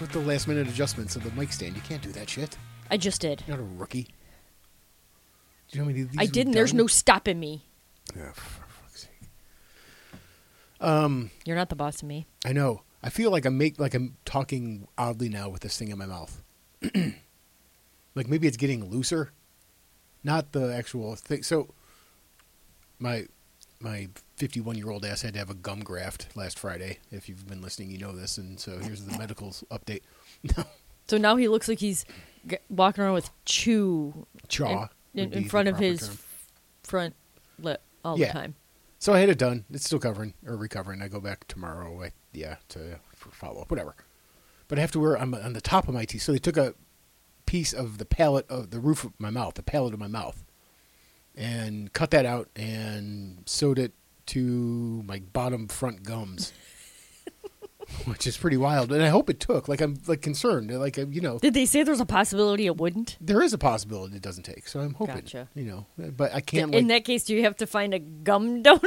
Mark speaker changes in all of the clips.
Speaker 1: with the last minute adjustments of the mic stand. You can't do that shit.
Speaker 2: I just did.
Speaker 1: You're not a rookie. Do you know how many of these
Speaker 2: I
Speaker 1: we've
Speaker 2: did, and there's
Speaker 1: done?
Speaker 2: no stopping me.
Speaker 1: Yeah, for fuck's sake. Um,
Speaker 2: You're not the boss of me.
Speaker 1: I know. I feel like I'm make like I'm talking oddly now with this thing in my mouth. like maybe it's getting looser, not the actual thing. So my my 51 year old ass had to have a gum graft last Friday. If you've been listening, you know this. And so here's the medicals update. No,
Speaker 2: So now he looks like he's g- walking around with chew
Speaker 1: chaw would
Speaker 2: in, in,
Speaker 1: be
Speaker 2: in
Speaker 1: the
Speaker 2: front of
Speaker 1: proper
Speaker 2: his
Speaker 1: term.
Speaker 2: front lip all
Speaker 1: Yeah.
Speaker 2: the time.
Speaker 1: So I had it done. It's still covering or recovering. I go back tomorrow. I, yeah, to for follow up, whatever. But I have to wear I'm on the top of my teeth. So they took a piece of the palate of the roof of my mouth, the palate of my mouth, and cut that out and sewed it to my bottom front gums, which is pretty wild. And I hope it took. Like I'm like concerned. Like I'm, you know,
Speaker 2: Did they say there's a possibility it wouldn't?
Speaker 1: there is a possibility it doesn't take. So I'm hoping.
Speaker 2: Gotcha.
Speaker 1: You know, but I can't.
Speaker 2: in
Speaker 1: like,
Speaker 2: that case, do you have to find a gum donor?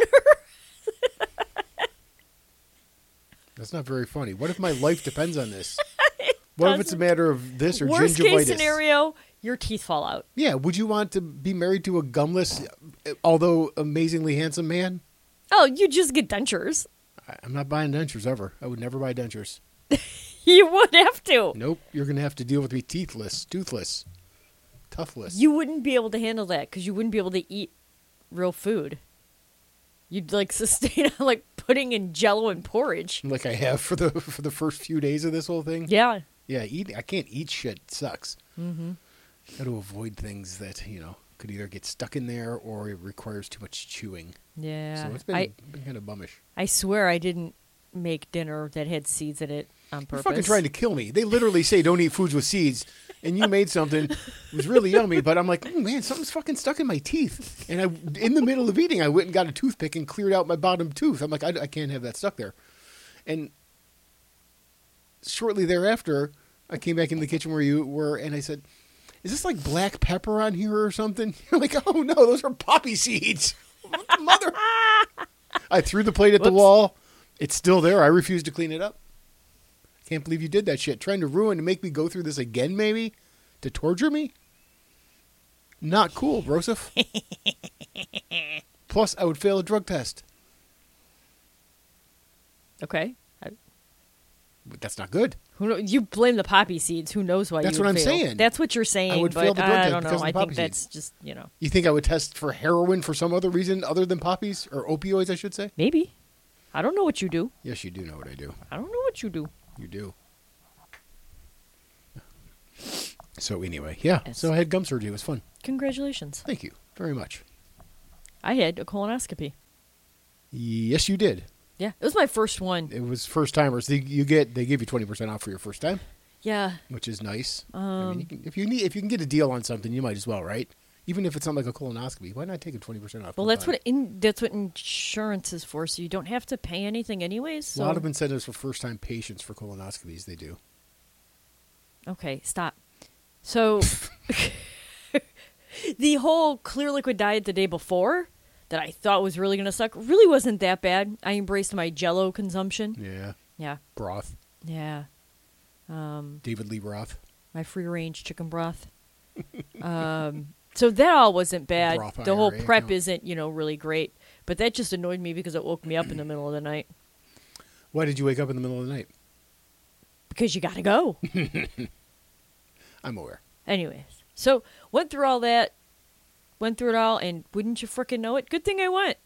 Speaker 1: That's not very funny. What if my life depends on this? what if it's a
Speaker 2: doesn't.
Speaker 1: matter of this or
Speaker 2: Worst
Speaker 1: gingivitis?
Speaker 2: case scenario, your teeth fall out.
Speaker 1: Yeah, would you want to be married to a gumless, uh, although amazingly handsome man?
Speaker 2: Oh, you just get dentures.
Speaker 1: I- I'm not buying dentures ever. I would never buy dentures.
Speaker 2: You would have to.
Speaker 1: Nope, you're going to have to deal with me teethless, toothless, toughless.
Speaker 2: You wouldn't be able to handle that because you wouldn't be able to eat real food. You'd like sustain on like pudding and jello and porridge.
Speaker 1: like I have for the for the first few days of this whole thing.
Speaker 2: Yeah.
Speaker 1: Yeah, eat. I can't eat shit. It sucks. Mm-hmm. Got to avoid things that you know could either get stuck in there or it requires too much chewing.
Speaker 2: Yeah.
Speaker 1: so it's been,
Speaker 2: I,
Speaker 1: been kind of bummish.
Speaker 2: I swear I didn't make dinner that had seeds in it on purpose.
Speaker 1: You're fucking trying to kill me. They literally say don't eat foods with seeds, and you made something it was really yummy, but I'm like, "Mm, man, something's fucking stuck in my teeth. And I, in the middle of eating, I went and got a toothpick and cleared out my bottom tooth. I'm like, I, I can't have that stuck there. And shortly thereafter, I came back in the kitchen where you were, and I said, "Is this like black pepper on here or something?" You're like, "Oh no, those are poppy seeds." Mother, I threw the plate at the
Speaker 2: Whoops.
Speaker 1: wall. It's still there. I refuse to clean it up. Can't believe you did that shit. Trying to ruin and make me go through this again, maybe to torture me. Not cool, Broseph. Plus, I would fail a drug test.
Speaker 2: Okay. I-
Speaker 1: But that's not good.
Speaker 2: Who know, you blame the poppy seeds? Who knows why?
Speaker 1: That's
Speaker 2: you
Speaker 1: what
Speaker 2: would
Speaker 1: I'm
Speaker 2: fail.
Speaker 1: saying.
Speaker 2: That's what you're saying.
Speaker 1: would
Speaker 2: but
Speaker 1: fail the drug
Speaker 2: I
Speaker 1: test
Speaker 2: don't know.
Speaker 1: because of
Speaker 2: I
Speaker 1: the
Speaker 2: think
Speaker 1: poppy
Speaker 2: that's
Speaker 1: seeds.
Speaker 2: just you know
Speaker 1: You think I would test for heroin for some other reason other than poppies or opioids, I should say?
Speaker 2: maybe. I don't know what you do.
Speaker 1: Yes, you do know what I do.
Speaker 2: I don't know what you do.
Speaker 1: You do. So anyway, yeah. So I had gum surgery. It was fun.
Speaker 2: Congratulations.
Speaker 1: Thank you very much.
Speaker 2: I had a colonoscopy.
Speaker 1: Yes, you did.
Speaker 2: Yeah, it was my first one.
Speaker 1: It was first timers. They, you get they give you twenty percent off for your first time,
Speaker 2: Yeah,
Speaker 1: which is nice. I
Speaker 2: Um,
Speaker 1: mean, you can, if you need if you can get a deal on something, you might as well, right? Even if it's not like a colonoscopy, why not take a twenty percent off?
Speaker 2: Well,
Speaker 1: per
Speaker 2: that's
Speaker 1: time?
Speaker 2: what in, that's what insurance is for. So you don't have to pay anything anyways.
Speaker 1: a
Speaker 2: So
Speaker 1: lot of incentives for first time patients for colonoscopies. They do.
Speaker 2: okay, stop. So the whole clear liquid diet the day before that I thought was really gonna suck really wasn't that bad. I embraced my Jello consumption.
Speaker 1: Yeah,
Speaker 2: Yeah,
Speaker 1: broth.
Speaker 2: yeah.
Speaker 1: David Lee Roth.
Speaker 2: My free range chicken broth. um, so that all wasn't bad.
Speaker 1: Broth
Speaker 2: the whole
Speaker 1: IRA
Speaker 2: prep
Speaker 1: account.
Speaker 2: isn't you know really great, but that just annoyed me because it woke me up in the middle of the night.
Speaker 1: Why did you wake up in the middle of the night?
Speaker 2: because you got to go.
Speaker 1: I'm aware.
Speaker 2: Anyways, so went through all that, went through it all, and wouldn't you frickin' know it? Good thing I went.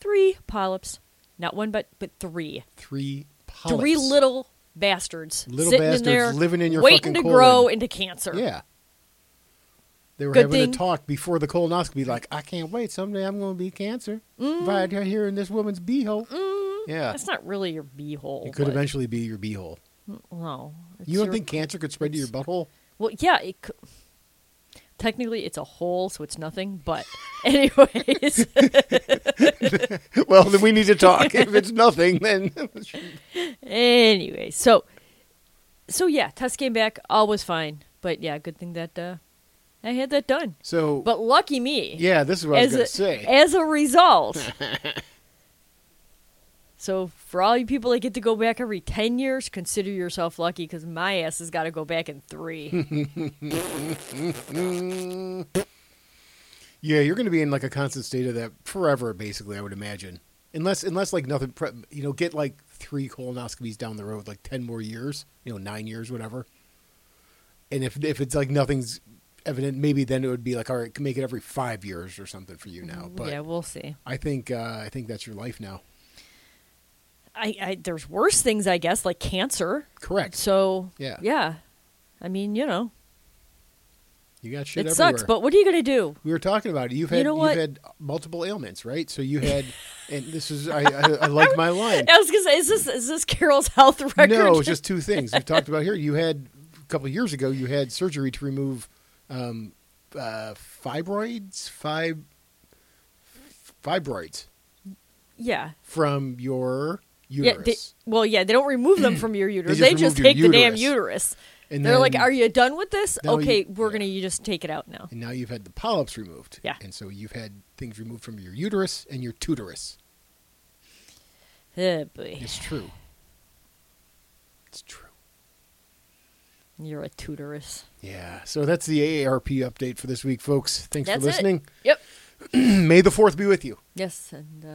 Speaker 2: Three polyps, not one, but but three,
Speaker 1: Three polyps.
Speaker 2: three little bastards
Speaker 1: Little
Speaker 2: sitting
Speaker 1: bastards
Speaker 2: in there,
Speaker 1: living in your fucking
Speaker 2: waiting to grow
Speaker 1: colon.
Speaker 2: into cancer.
Speaker 1: Yeah. They were
Speaker 2: Good
Speaker 1: having
Speaker 2: thing-
Speaker 1: a talk before the colonoscopy, like, I can't wait. Someday I'm going to be cancer. Right here in this woman's beehole. Yeah.
Speaker 2: Mm-hmm. that's not really your beehole.
Speaker 1: It could
Speaker 2: but-
Speaker 1: eventually be your beehole.
Speaker 2: No, it's
Speaker 1: You don't
Speaker 2: your-
Speaker 1: think cancer could spread to your butthole?
Speaker 2: Well, yeah, it. Could, technically, it's a hole, so it's nothing. But anyways.
Speaker 1: well, then we need to talk. if it's nothing, then.
Speaker 2: Anyway, so so yeah, test came back, all was fine. But yeah, good thing that uh, I had that done.
Speaker 1: so,
Speaker 2: But lucky me.
Speaker 1: yeah, this is what I was
Speaker 2: as
Speaker 1: going
Speaker 2: a,
Speaker 1: to say.
Speaker 2: as a result. So for all you people that get to go back every 10 years, consider yourself lucky because my ass has got to go back in three.
Speaker 1: Yeah, you're going to be in like a constant state of that forever, basically. I would imagine, unless unless like nothing, pre- you know, get like three colonoscopies down the road, like ten more years, you know, nine years, whatever. And if if it's like nothing's evident, maybe then it would be like all right, make it every five years or something for you now. But
Speaker 2: yeah, we'll see.
Speaker 1: I think uh, I think that's your life now.
Speaker 2: I, I There's worse things, I guess, like cancer.
Speaker 1: Correct.
Speaker 2: So,
Speaker 1: Yeah.
Speaker 2: yeah. I mean, you know,
Speaker 1: you got shit.
Speaker 2: it
Speaker 1: everywhere.
Speaker 2: sucks, but what are you going to do?
Speaker 1: we were talking about it. You've
Speaker 2: You
Speaker 1: had
Speaker 2: know
Speaker 1: you
Speaker 2: what?
Speaker 1: have had multiple ailments, right? So you had, and this is I I, I like my line.
Speaker 2: I was going to say, is this, is this Carol's health record?
Speaker 1: No, it's just two things we've talked about here. You had a couple of years ago. You had surgery to remove um, uh, fibroids, fib- fibroids
Speaker 2: yeah.
Speaker 1: from your
Speaker 2: Yeah, they,
Speaker 1: uterus.
Speaker 2: well, yeah, they don't remove them from your uterus.
Speaker 1: just
Speaker 2: They just,
Speaker 1: remove your
Speaker 2: take the damn uterus.
Speaker 1: and
Speaker 2: They're like,
Speaker 1: then-
Speaker 2: "Are you done with this?
Speaker 1: Now you-
Speaker 2: okay, we're
Speaker 1: yeah.
Speaker 2: gonna you just take it out now."
Speaker 1: And now you've had the polyps removed.
Speaker 2: Yeah.
Speaker 1: And so you've had things removed from your uterus and your tutorus.
Speaker 2: Eh, boy.
Speaker 1: It's true. It's true.
Speaker 2: You're a tutorist.
Speaker 1: Yeah. So that's the AARP update for this week, folks. Thanks
Speaker 2: That's
Speaker 1: for listening.
Speaker 2: It. Yep.
Speaker 1: May the fourth be with you.
Speaker 2: Yes, and uh,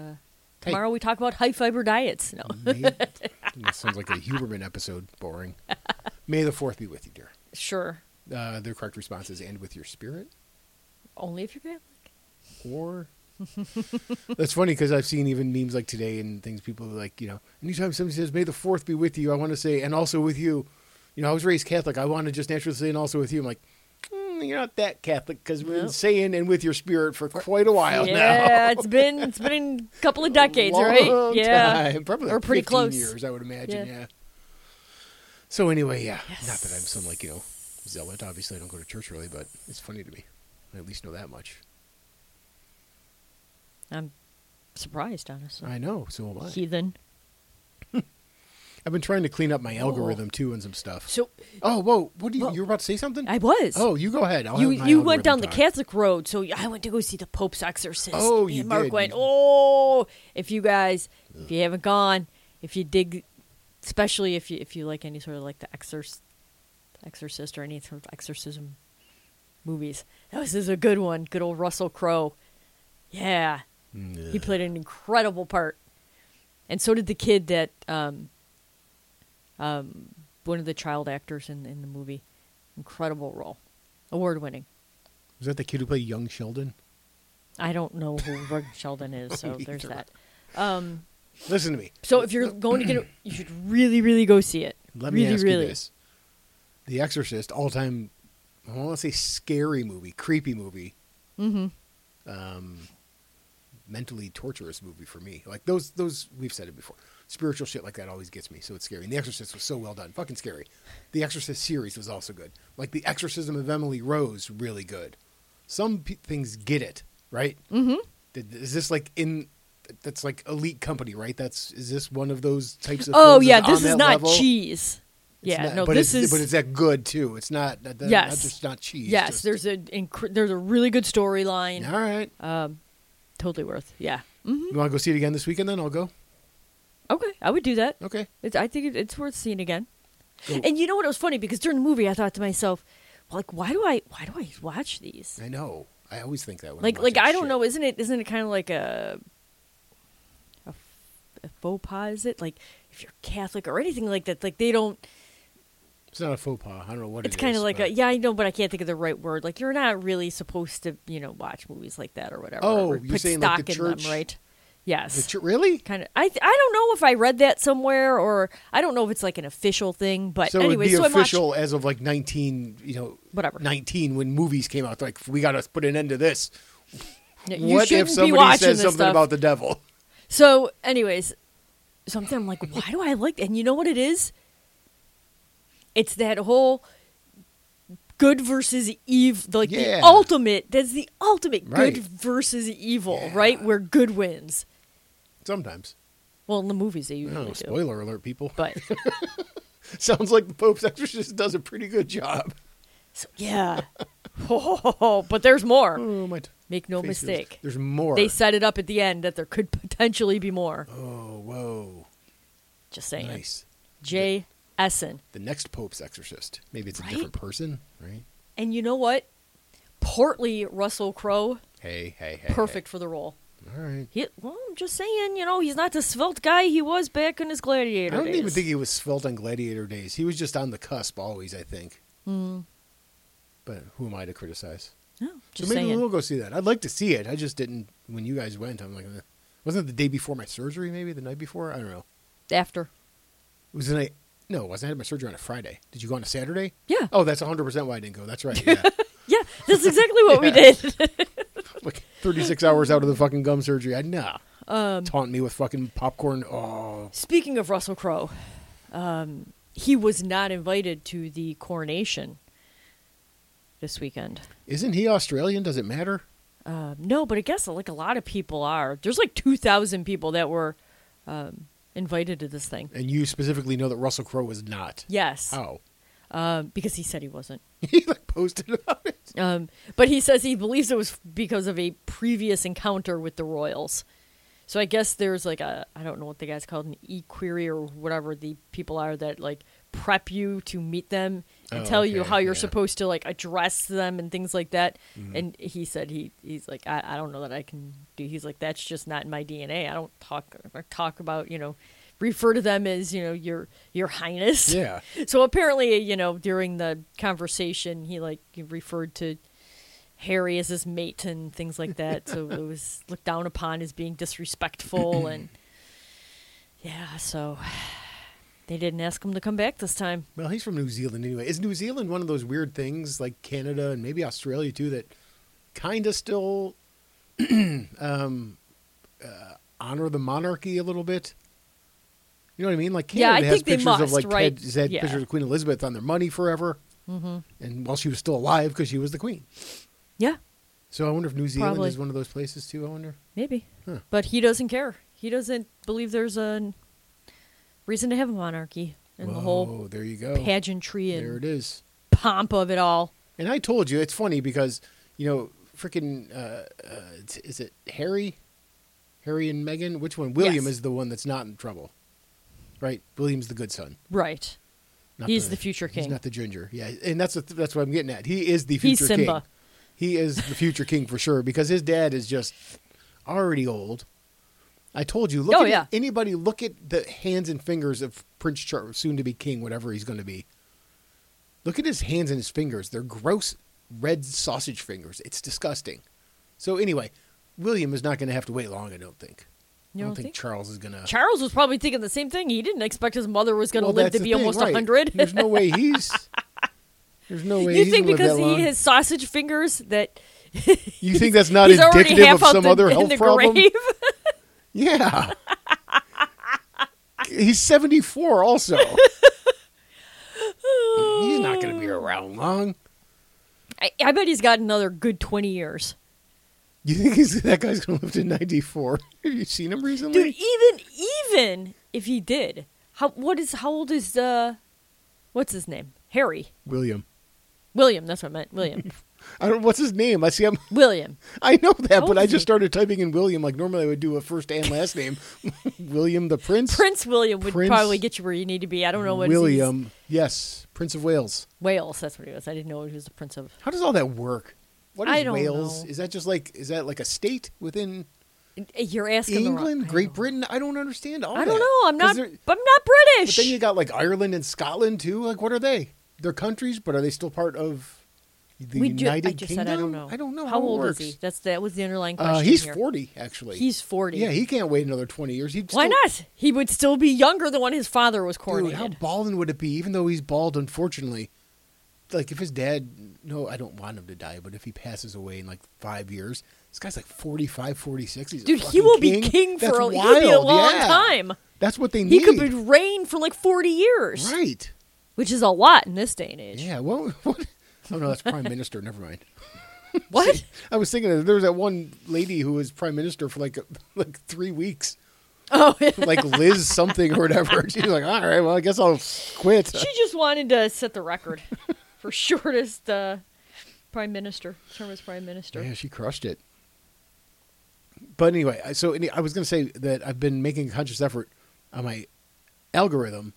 Speaker 1: Hey. Mm-hmm.
Speaker 2: tomorrow we talk about high fiber diets. No,
Speaker 1: May, that sounds like a Huberman episode. Boring. May the fourth be with you, dear.
Speaker 2: sure,
Speaker 1: Uh, the correct response is and with your spirit.
Speaker 2: only if you're Catholic.
Speaker 1: Or that's funny because I've seen even memes like today and things. People are like you know, anytime somebody says "May the Fourth be with you," I want to say "and also with you." You know, I was raised Catholic. I want to just naturally say "and also with you." I'm like, "Mm, you're not that Catholic because we've been
Speaker 2: Nope.
Speaker 1: saying "and with your spirit" for quite a while now.
Speaker 2: yeah, it's been it's been a couple of decades, right?
Speaker 1: Long
Speaker 2: Yeah,
Speaker 1: time. probably
Speaker 2: Or
Speaker 1: like
Speaker 2: pretty
Speaker 1: 15
Speaker 2: close.
Speaker 1: years, I would imagine. Yeah.
Speaker 2: Yeah.
Speaker 1: So anyway, yeah. Not that I'm
Speaker 2: Yes.
Speaker 1: some like you know zealot. Obviously, I don't go to church really, but it's funny to me. I at least know that much.
Speaker 2: I'm surprised, honestly.
Speaker 1: I know. So am I.
Speaker 2: Heathen.
Speaker 1: I've been trying to clean up my algorithm too and some stuff.
Speaker 2: Oh. So
Speaker 1: oh, whoa! What do you?
Speaker 2: Well,
Speaker 1: you were about to say something?
Speaker 2: I was.
Speaker 1: oh, you go ahead. I'll
Speaker 2: you
Speaker 1: have my
Speaker 2: you went down
Speaker 1: algorithm
Speaker 2: the
Speaker 1: talk.
Speaker 2: Catholic road, so I went to go see the Pope's exorcist.
Speaker 1: Oh,
Speaker 2: Me
Speaker 1: you
Speaker 2: and Mark
Speaker 1: did.
Speaker 2: went.
Speaker 1: You-
Speaker 2: Oh, if you guys, if you haven't gone, if you dig, especially if you if you like any sort of like the exorcist, exorcist or any sort of exorcism movies, this is a good one. Good old Russell Crowe. Yeah,
Speaker 1: Mm,
Speaker 2: he played an incredible part, and so did the kid that um, um, one of the child actors in in the movie. Incredible role, award winning.
Speaker 1: Was that the kid who played young Sheldon?
Speaker 2: I don't know who Rug Sheldon is, so
Speaker 1: Me
Speaker 2: there's
Speaker 1: either.
Speaker 2: that. Um,
Speaker 1: Listen to me.
Speaker 2: so if you're going to get it, you should really, really go see it.
Speaker 1: Let
Speaker 2: really,
Speaker 1: me ask
Speaker 2: really.
Speaker 1: you this: The Exorcist, all-time, I want to say scary movie, creepy movie,
Speaker 2: Mhm.
Speaker 1: um, mentally torturous movie for me. Like those, those we've said it before. Spiritual shit like that always gets me, so it's scary. And The Exorcist was so well done, fucking scary. The Exorcist series was also good. Like The Exorcism of Emily Rose, really good. Some pe- things get it right. Mm-hmm. Is this like in? That's like elite company, right? That's is this one of those types of?
Speaker 2: Oh
Speaker 1: films
Speaker 2: yeah,
Speaker 1: that's on
Speaker 2: this is
Speaker 1: that
Speaker 2: not
Speaker 1: level?
Speaker 2: cheese.
Speaker 1: It's
Speaker 2: Yeah,
Speaker 1: not-
Speaker 2: no,
Speaker 1: but
Speaker 2: this
Speaker 1: it's,
Speaker 2: is.
Speaker 1: But it's that good too. It's not. That, that,
Speaker 2: Yes.
Speaker 1: not just not cheese.
Speaker 2: yes,
Speaker 1: just-
Speaker 2: there's a uh, incre- there's a really good storyline.
Speaker 1: All right.
Speaker 2: Totally worth. Yeah. Mm,
Speaker 1: you want to go see it again this weekend? Then I'll go.
Speaker 2: Okay, I would do that.
Speaker 1: Okay.
Speaker 2: It's, I think it, it's worth seeing again.
Speaker 1: Go.
Speaker 2: And you know what? It was funny because during the movie, I thought to myself, like, why do I why do I watch these?
Speaker 1: I know. I always think that. When
Speaker 2: like
Speaker 1: I'm
Speaker 2: like
Speaker 1: watching
Speaker 2: I don't
Speaker 1: shit.
Speaker 2: know, isn't it isn't it kind of like a, a a faux pas? Is it like if you're Catholic or anything like that? Like they don't.
Speaker 1: It's not a faux pas. I don't know what
Speaker 2: It's
Speaker 1: it
Speaker 2: kind
Speaker 1: is,
Speaker 2: of like
Speaker 1: but-
Speaker 2: a yeah, I know, but I can't think of the right word. Like you're not really supposed to, you know, watch movies like that or whatever.
Speaker 1: Oh,
Speaker 2: or
Speaker 1: you're
Speaker 2: put
Speaker 1: saying,
Speaker 2: stock
Speaker 1: like, the
Speaker 2: in them,
Speaker 1: church-
Speaker 2: right?
Speaker 1: The
Speaker 2: Yes.
Speaker 1: tr- really?
Speaker 2: Kind of, I th- I don't know if I read that somewhere, or I don't know if it's like an official thing. But
Speaker 1: So
Speaker 2: anyway,
Speaker 1: it'd
Speaker 2: so
Speaker 1: be
Speaker 2: I'm watching
Speaker 1: official as of like nineteen, you know,
Speaker 2: Whatever.
Speaker 1: nineteen when movies came out. Like we got to put an end to this.
Speaker 2: you
Speaker 1: what if
Speaker 2: shouldn't be
Speaker 1: somebody
Speaker 2: watching
Speaker 1: says
Speaker 2: this
Speaker 1: something
Speaker 2: stuff.
Speaker 1: about the devil?
Speaker 2: So, anyways, something I'm like, why do I like? And you know what it is? It's that whole good versus evil, like
Speaker 1: Yeah.
Speaker 2: the ultimate. That's the ultimate
Speaker 1: Right.
Speaker 2: good versus evil,
Speaker 1: Yeah.
Speaker 2: right? Where good wins.
Speaker 1: Sometimes.
Speaker 2: Well, in the movies they usually
Speaker 1: Oh,
Speaker 2: do.
Speaker 1: spoiler alert, people.
Speaker 2: But
Speaker 1: Sounds like the Pope's exorcist does a pretty good job.
Speaker 2: so, yeah, but there's more.
Speaker 1: Oh my! T-
Speaker 2: Make no
Speaker 1: Face reveals.
Speaker 2: mistake.
Speaker 1: There's more.
Speaker 2: They set it up at the end that there could potentially be more.
Speaker 1: oh, whoa.
Speaker 2: Just saying.
Speaker 1: Nice.
Speaker 2: Jay Essen.
Speaker 1: The next Pope's exorcist. Maybe it's a
Speaker 2: Right?
Speaker 1: different person, right?
Speaker 2: And you know what? Portly Russell Crowe,
Speaker 1: Hey, hey, hey.
Speaker 2: perfect for the role.
Speaker 1: hey. All right.
Speaker 2: He, well, I'm just saying, you know, he's not the svelte guy he was back in his
Speaker 1: I
Speaker 2: gladiator
Speaker 1: don't even
Speaker 2: days.
Speaker 1: think he was svelte on Gladiator days. He was just on the cusp always, I think.
Speaker 2: Hmm.
Speaker 1: But who am I to criticize?
Speaker 2: No, just
Speaker 1: so maybe
Speaker 2: saying.
Speaker 1: we'll go see that. I'd like to see it. I just didn't. When you guys went, I'm like, eh. wasn't it the day before my surgery? Maybe the night before? I don't know.
Speaker 2: After.
Speaker 1: It was the night. No, it wasn't. I had my surgery on a Friday. Did you go on a Saturday?
Speaker 2: Yeah.
Speaker 1: Oh, that's 100% why I didn't go. That's right. Yeah.
Speaker 2: Yeah, that's exactly what we
Speaker 1: Yeah.
Speaker 2: did.
Speaker 1: like 36 hours out of the fucking gum surgery. I nah. Taunt me with fucking popcorn. Oh,
Speaker 2: Speaking of Russell Crowe, um, he was not invited to the coronation this weekend.
Speaker 1: isn't he Australian? Does it matter?
Speaker 2: Uh, no, but I guess like a lot of people are. There's like 2,000 people that were um, invited to this thing.
Speaker 1: And you specifically know that Russell Crowe was not.
Speaker 2: Yes,
Speaker 1: How?
Speaker 2: um, because he said he wasn't.
Speaker 1: he like posted about it.
Speaker 2: Um, but he says he believes it was because of a previous encounter with the royals. So I guess there's like a I don't know what the guy's called an e query or whatever the people are that like prep you to meet them and
Speaker 1: Oh,
Speaker 2: tell you
Speaker 1: okay,
Speaker 2: how you're
Speaker 1: yeah. Mm-hmm.
Speaker 2: supposed to like address them and things like that. And he said he he's like I, I don't know that I can do. He's like that's just not in my DNA. I don't talk or talk about you know refer to them as you know your your highness
Speaker 1: Yeah.
Speaker 2: so apparently, you know, during the conversation, he like referred to Harry as his mate and things like that. so it was looked down upon as being disrespectful, and yeah, so they didn't ask him to come back this time.
Speaker 1: Well, he's from New Zealand anyway. Is New Zealand one of those weird things like Canada and maybe Australia too that kind of still um, uh, honor the monarchy a little bit? You know what I mean? Like
Speaker 2: Yeah,
Speaker 1: Canada
Speaker 2: I
Speaker 1: has
Speaker 2: think they
Speaker 1: pictures of
Speaker 2: must,
Speaker 1: like
Speaker 2: right?
Speaker 1: had, has had
Speaker 2: Yeah.
Speaker 1: pictures of Queen Elizabeth on their money forever, mm-hmm. and while she was still alive because she was the queen.
Speaker 2: Yeah,
Speaker 1: So I wonder if New Zealand
Speaker 2: Probably.
Speaker 1: is one of those places too. I wonder.
Speaker 2: maybe,
Speaker 1: Huh.
Speaker 2: but he doesn't care. He doesn't believe there's a reason to have a monarchy and the whole
Speaker 1: Whoa, there you go.
Speaker 2: pageantry
Speaker 1: There it
Speaker 2: and
Speaker 1: is.
Speaker 2: pomp of it all.
Speaker 1: And I told you, it's funny because, you know, freaking, uh, uh, t- is it Harry? Harry and Meghan? Which one? William
Speaker 2: Yes.
Speaker 1: is the one that's not in trouble. Right? William's the good son.
Speaker 2: Right.
Speaker 1: Not
Speaker 2: He's the future
Speaker 1: He's
Speaker 2: king.
Speaker 1: not the ginger. Yeah. And that's, the th- that's what I'm getting at. He is the
Speaker 2: He's
Speaker 1: future
Speaker 2: Simba.
Speaker 1: king. He is the future king for sure because his dad is just already old. I told you, look
Speaker 2: Oh,
Speaker 1: at
Speaker 2: yeah.
Speaker 1: anybody, look at the hands and fingers of Prince Charles, soon to be king, whatever he's going to be. Look at his hands and his fingers. They're gross red sausage fingers. It's disgusting. So, anyway, William is not going to have to wait long, I don't think.
Speaker 2: You
Speaker 1: I don't
Speaker 2: don't
Speaker 1: think,
Speaker 2: think?
Speaker 1: Charles is going to.
Speaker 2: Charles was probably thinking the same thing. He didn't expect his mother was going to live to be almost a
Speaker 1: right.
Speaker 2: 100.
Speaker 1: There's no way he's. There's no way
Speaker 2: you
Speaker 1: he's
Speaker 2: think
Speaker 1: gonna live
Speaker 2: because
Speaker 1: that
Speaker 2: he
Speaker 1: long.
Speaker 2: has sausage fingers that
Speaker 1: You think that's not
Speaker 2: he's already
Speaker 1: indicative
Speaker 2: half
Speaker 1: of
Speaker 2: out
Speaker 1: some
Speaker 2: the,
Speaker 1: other
Speaker 2: in
Speaker 1: health
Speaker 2: the
Speaker 1: problem?
Speaker 2: grave?
Speaker 1: Yeah. He's 74 also. He's not going to be around long.
Speaker 2: I, I bet he's got another good 20 years.
Speaker 1: You think he's, that guy's going to live to 94? Have you seen him recently?
Speaker 2: Dude, even even if he did, how what is how old is uh what's his name? Harry.
Speaker 1: William.
Speaker 2: William, that's what I meant. William.
Speaker 1: I don't what's his name? I see him
Speaker 2: William.
Speaker 1: I know that,
Speaker 2: How
Speaker 1: but
Speaker 2: old
Speaker 1: I
Speaker 2: is
Speaker 1: just
Speaker 2: he?
Speaker 1: started typing in William like normally I would do a first and last name. William the Prince.
Speaker 2: Prince William would
Speaker 1: Prince
Speaker 2: probably get you where you need to be. I don't know what
Speaker 1: William. Yes, Prince of Wales.
Speaker 2: Wales, that's what he was. I didn't know he was the prince of
Speaker 1: How does all that work? What is
Speaker 2: I don't
Speaker 1: Wales?
Speaker 2: know.
Speaker 1: Is that just like is that like a state within
Speaker 2: You're asking the wrong-
Speaker 1: England,
Speaker 2: I
Speaker 1: Great
Speaker 2: know.
Speaker 1: Britain? I don't understand all
Speaker 2: I
Speaker 1: that.
Speaker 2: don't know. I'm
Speaker 1: 'Cause
Speaker 2: not.
Speaker 1: they're-
Speaker 2: I'm not
Speaker 1: But
Speaker 2: British.
Speaker 1: then you got like Ireland and Scotland too. Like, what are they? They're countries, but are they still part of the
Speaker 2: We ju-
Speaker 1: United
Speaker 2: I just
Speaker 1: Kingdom?
Speaker 2: said I don't know.
Speaker 1: I don't know
Speaker 2: How,
Speaker 1: how, it
Speaker 2: old
Speaker 1: works.
Speaker 2: is he? That's that was the underlying question.
Speaker 1: Uh, he's
Speaker 2: here.
Speaker 1: forty, actually.
Speaker 2: He's 40.
Speaker 1: Yeah, he can't wait another twenty years. He'd
Speaker 2: Why
Speaker 1: still-
Speaker 2: not? He would still be younger than when his father was
Speaker 1: Dude, how
Speaker 2: coronated.
Speaker 1: balding would it be? Even though he's bald, unfortunately, like if his dad, no, I don't want him to die, but if he passes away in like five years, this guy's like 45, 46. He's a
Speaker 2: Dude, he
Speaker 1: fucking
Speaker 2: will
Speaker 1: king.
Speaker 2: be king
Speaker 1: That's
Speaker 2: for a,
Speaker 1: wild.
Speaker 2: he'll be a long
Speaker 1: yeah.
Speaker 2: time.
Speaker 1: That's what they
Speaker 2: He
Speaker 1: need.
Speaker 2: could be reign for like 40 years,
Speaker 1: right.
Speaker 2: which is a lot in this day and age.
Speaker 1: Yeah. Well, what? Oh no, that's prime minister. Never mind.
Speaker 2: What?
Speaker 1: I was thinking of- there was that one lady who was prime minister for like like three weeks,
Speaker 2: oh, yeah.
Speaker 1: like Liz something or whatever. She's like, all right, well, I guess I'll quit.
Speaker 2: she just wanted to set the record for shortest uh, prime minister, term as prime minister.
Speaker 1: Yeah, she crushed it. But anyway, I- so any, I was going to say that I've been making a conscious effort on my algorithm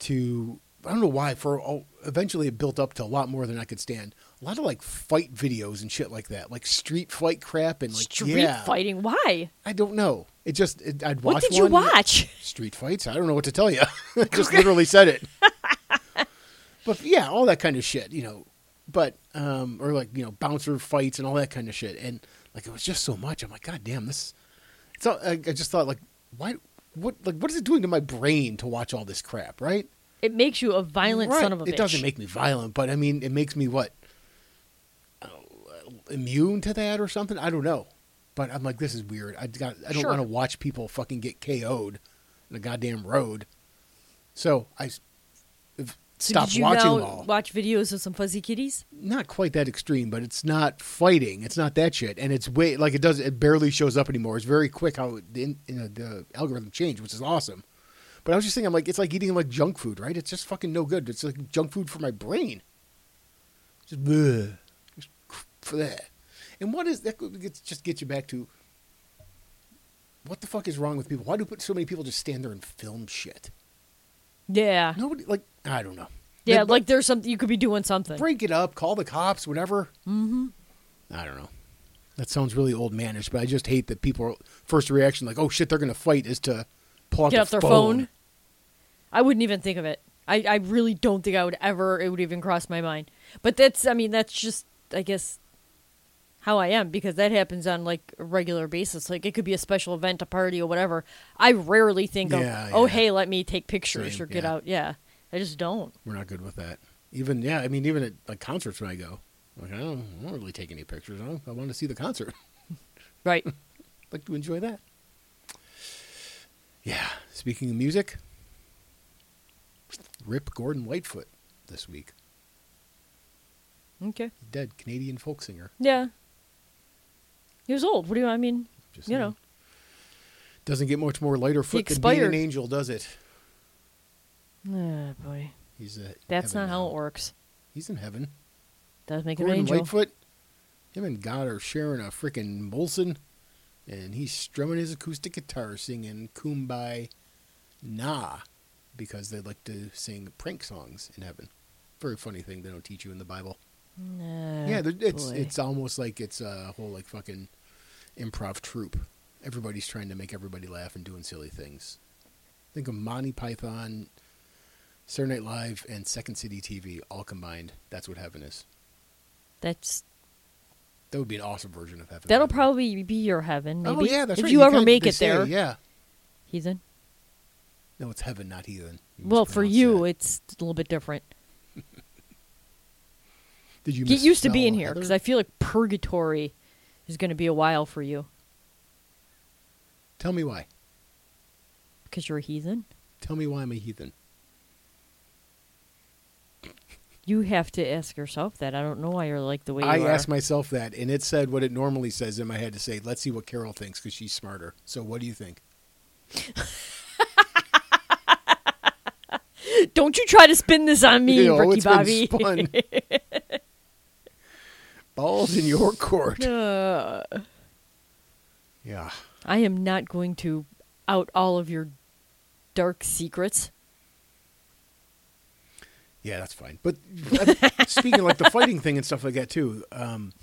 Speaker 1: to I don't know why for all, eventually it built up to a lot more than I could stand. A lot of like fight videos and shit like that, like street fight crap and like
Speaker 2: Street
Speaker 1: yeah,
Speaker 2: fighting. Why?
Speaker 1: I don't know. It just it, I'd watch.
Speaker 2: What did you
Speaker 1: one-
Speaker 2: watch?
Speaker 1: Street fights. I don't know what to tell you. I just literally said it. but yeah, all that kind of shit, you know. But um, or like you know, bouncer fights and all that kind of shit. And like it was just so much. I'm like, God damn, this. It's all, I, I just thought like, why? What like what is it doing to my brain to watch all this crap? Right?
Speaker 2: It makes you a violent
Speaker 1: Right.
Speaker 2: son of a bitch.
Speaker 1: It doesn't make me violent, but I mean, it makes me what uh, immune to that or something. I don't know, but I'm like, this is weird. I got, I don't
Speaker 2: Sure.
Speaker 1: want to watch people fucking get KO'd in a goddamn road. So I s- if-
Speaker 2: So
Speaker 1: stopped
Speaker 2: did you
Speaker 1: watching
Speaker 2: now
Speaker 1: them all.
Speaker 2: watch videos of some fuzzy kitties?
Speaker 1: not quite that extreme, but it's not fighting. It's not that shit, and it's way like it does. It barely shows up anymore. It's very quick how it- the in- you know, the algorithm changed, which is awesome. But I was just thinking, I'm like, it's like eating like junk food, right? It's just fucking no good. It's like junk food for my brain. Just, bleh. Just cr- for that. And what is that? could- it's Just get you back to what the fuck is wrong with people? Why do put so many people just stand there and film shit?
Speaker 2: Yeah.
Speaker 1: Nobody like I don't know.
Speaker 2: yeah,
Speaker 1: Then-
Speaker 2: like there's something you could be doing something.
Speaker 1: break it up, call the cops, whatever. Mm-hmm. I don't know. That sounds really old manish, but I just hate that people first reaction like, "Oh shit, they're gonna fight," is to pull out
Speaker 2: Get
Speaker 1: their
Speaker 2: off their phone. I wouldn't even think of it. I, I really don't think I would ever it would even cross my mind. But that's I mean, that's just I guess how I am because that happens on like a regular basis. Like it could be a special event, a party or whatever. I rarely think
Speaker 1: Yeah,
Speaker 2: of oh
Speaker 1: yeah.
Speaker 2: hey, let me take pictures
Speaker 1: Same,
Speaker 2: or get
Speaker 1: yeah.
Speaker 2: out. Yeah. I just don't.
Speaker 1: We're not good with that. Even yeah, I mean, even at like concerts when I go, like I don't, I don't really take any pictures. I, don't- I want to see the concert.
Speaker 2: Right.
Speaker 1: like to enjoy that. Yeah. Speaking of music, Rip Gordon Lightfoot this week,
Speaker 2: okay.
Speaker 1: dead Canadian folk singer.
Speaker 2: Yeah. He was old. What do you I mean?
Speaker 1: Just
Speaker 2: You
Speaker 1: saying.
Speaker 2: know.
Speaker 1: Doesn't get much more lighter foot than being an
Speaker 2: expired.
Speaker 1: angel, does it?
Speaker 2: Oh boy.
Speaker 1: He's uh, in
Speaker 2: That's
Speaker 1: heaven
Speaker 2: not how
Speaker 1: now.
Speaker 2: it works.
Speaker 1: He's in heaven.
Speaker 2: Does make an
Speaker 1: Gordon
Speaker 2: angel.
Speaker 1: Lightfoot. Him and God are sharing a freaking Molson, and he's strumming his acoustic guitar, singing "Kumbaya," because they like to sing prank songs in heaven. Very funny thing they don't teach you in the Bible.
Speaker 2: No,
Speaker 1: yeah, they're- it's
Speaker 2: boy.
Speaker 1: it's almost like it's a whole like fucking improv troupe. Everybody's trying to make everybody laugh and doing silly things. Think of Monty Python, Saturday Night Live, and Second City TV all combined. That's what heaven is.
Speaker 2: that's
Speaker 1: That would be an awesome version of heaven.
Speaker 2: that'll
Speaker 1: by the way.
Speaker 2: probably be your heaven. Maybe
Speaker 1: Oh yeah, that's
Speaker 2: if
Speaker 1: right.
Speaker 2: you ever
Speaker 1: kinda-
Speaker 2: make
Speaker 1: they
Speaker 2: it
Speaker 1: say,
Speaker 2: there,
Speaker 1: Yeah.
Speaker 2: heathen.
Speaker 1: No, it's heaven, not heathen. You
Speaker 2: Well, for
Speaker 1: mispronounce
Speaker 2: you,
Speaker 1: that.
Speaker 2: it's a little bit different.
Speaker 1: Did you
Speaker 2: Get used to
Speaker 1: misspell
Speaker 2: being here because
Speaker 1: heather?
Speaker 2: I feel like purgatory is going to be a while for you
Speaker 1: Tell me why.
Speaker 2: because you're a heathen.
Speaker 1: Tell me why I'm a heathen.
Speaker 2: You have to ask yourself that. I don't know why you're like the way you
Speaker 1: I
Speaker 2: are.
Speaker 1: asked myself that, and it said what it normally says in my head to say, let's see what Carol thinks because she's smarter. So, what do you think?
Speaker 2: don't you try to spin this on me,
Speaker 1: Ew,
Speaker 2: Ricky
Speaker 1: it's been
Speaker 2: Bobby.
Speaker 1: spun. Balls in your court.
Speaker 2: Uh,
Speaker 1: Yeah.
Speaker 2: I am not going to out all of your dark secrets.
Speaker 1: Yeah, that's fine. But uh, speaking like the fighting thing and stuff like that too, um,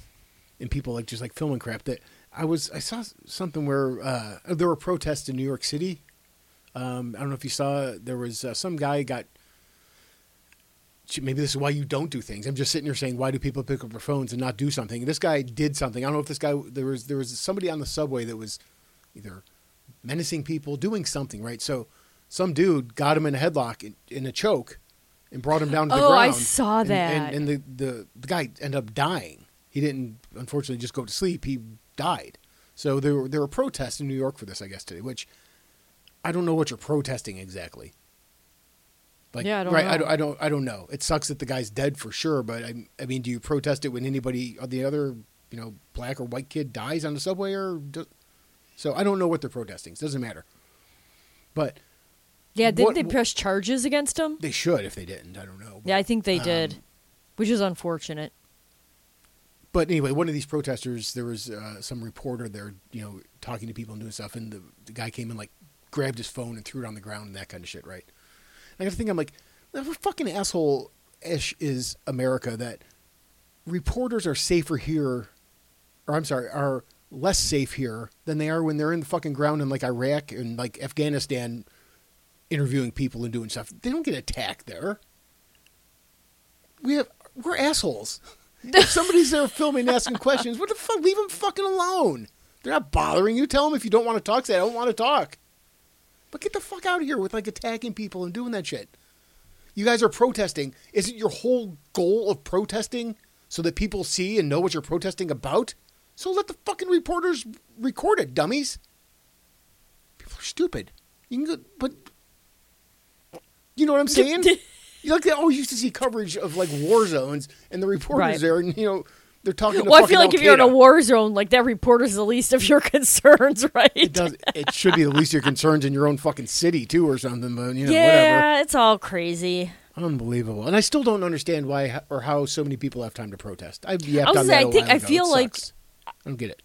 Speaker 1: and people like just like filming crap. That I was I saw s- something where uh, there were protests in New York City. Um, I don't know if you saw there was uh, some guy got. Gee, Maybe this is why you don't do things. I'm just sitting here saying, why do people pick up their phones and not do something? This guy did something. I don't know if this guy there was there was somebody on the subway that was either menacing people, doing something, right? So some dude got him in a headlock in, in a choke and brought him down to the
Speaker 2: Oh,
Speaker 1: ground.
Speaker 2: I saw
Speaker 1: And-
Speaker 2: that.
Speaker 1: And, and the, the, the guy ended up dying. He didn't, unfortunately, just go to sleep. He died. So there were, there were protests in New York for this, I guess, today, which I don't know what you're protesting exactly. Like,
Speaker 2: Yeah, I don't
Speaker 1: right,
Speaker 2: know.
Speaker 1: I, don't, I don't. I don't know. It sucks that the guy's dead for sure, but I, I mean, do you protest it when anybody, uh, the other, you know, black or white kid dies on the subway, or do, so I don't know what they're protesting. It doesn't matter. But
Speaker 2: Yeah, didn't
Speaker 1: What-
Speaker 2: they press charges against him?
Speaker 1: they should if they didn't. I don't know.
Speaker 2: Yeah, I think they
Speaker 1: Um,
Speaker 2: did, which is unfortunate.
Speaker 1: But anyway, one of these protesters, there was uh, some reporter there, you know, talking to people and doing stuff, and the, the guy came and like grabbed his phone and threw it on the ground and that kind of shit, right? And I got to think, I'm like, what fucking asshole ish is America that reporters are safer here, or I'm sorry, are less safe here than they are when they're in the fucking ground in like Iraq and like Afghanistan interviewing people and doing stuff. They don't get attacked there. We have we're assholes. if somebody's there filming and asking questions, what the fuck? Leave them fucking alone. They're not bothering you. Tell them if you don't want to talk. Say I don't want to talk. But get the fuck out of here with like attacking people and doing that shit. You guys are protesting. Isn't your whole goal of protesting so that people see and know what you're protesting about? So let the fucking reporters record it, dummies. People are stupid. You can go, but you know what I'm saying? you like they always used to see coverage of like war zones and the reporters
Speaker 2: Right.
Speaker 1: there, and you know they're talking. To
Speaker 2: Well, I feel like
Speaker 1: fucking
Speaker 2: if you're in a
Speaker 1: Al-Qaeda.
Speaker 2: war zone, like that reporter's the least of your concerns, right?
Speaker 1: it does. It should be at least your concerns in your own fucking city too, or something. But you know,
Speaker 2: yeah,
Speaker 1: whatever.
Speaker 2: it's all crazy.
Speaker 1: Unbelievable. And I still don't understand why or how so many people have time to protest. I've yapped
Speaker 2: I was
Speaker 1: on
Speaker 2: gonna
Speaker 1: that
Speaker 2: say, I
Speaker 1: a
Speaker 2: think-
Speaker 1: while
Speaker 2: I
Speaker 1: ago. It
Speaker 2: feel like-
Speaker 1: sucks. I don't get it.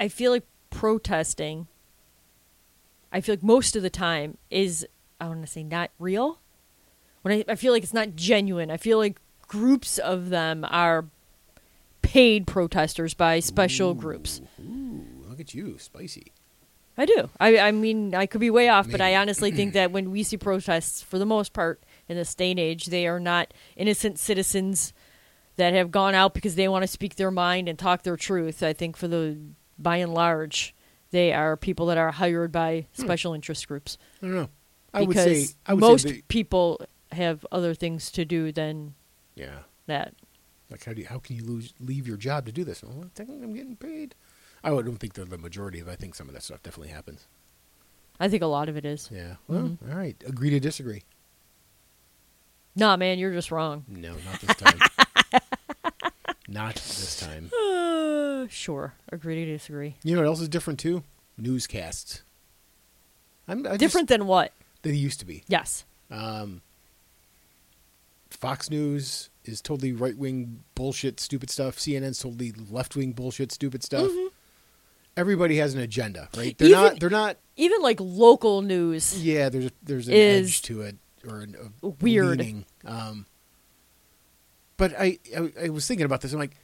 Speaker 2: I feel like protesting. I feel like most of the time is I want to say not real. When I, I feel like it's not genuine. I feel like groups of them are paid protesters by special groups.
Speaker 1: Ooh, look at you, spicy.
Speaker 2: I do. I, I mean, I could be way off, but I honestly think that when we see protests, for the most part, in this day and age, they are not innocent citizens that have gone out because they want to speak their mind and talk their truth. I think for the by and large, they are people that are hired by special interest groups
Speaker 1: I don't know. Hmm. I would
Speaker 2: because
Speaker 1: say I would
Speaker 2: most
Speaker 1: say the-
Speaker 2: people have other things to do than
Speaker 1: yeah.
Speaker 2: that.
Speaker 1: Like how do you, how can you lose leave your job to do this? Well, technically, I'm getting paid. I would- don't think they're the majority of. it. I think some of that stuff definitely happens.
Speaker 2: I think a lot of it is.
Speaker 1: Yeah. Well, all right. Agree to disagree.
Speaker 2: Nah, man, you're just wrong.
Speaker 1: No, not this time. not this time.
Speaker 2: Uh, sure, agree to disagree.
Speaker 1: You know what else is different too? Newscasts. I'm I
Speaker 2: Different than what?
Speaker 1: just, than they used to be.
Speaker 2: Yes.
Speaker 1: Fox News is totally right wing bullshit, stupid stuff. CNN's totally left wing bullshit, stupid stuff. Everybody has an agenda, right? They're
Speaker 2: Even-
Speaker 1: not. They're not.
Speaker 2: even like local news.
Speaker 1: Yeah, there's there's an
Speaker 2: Is
Speaker 1: edge to it or an, a
Speaker 2: weird.
Speaker 1: leaning. Um, but I, I I was thinking about this. I'm like,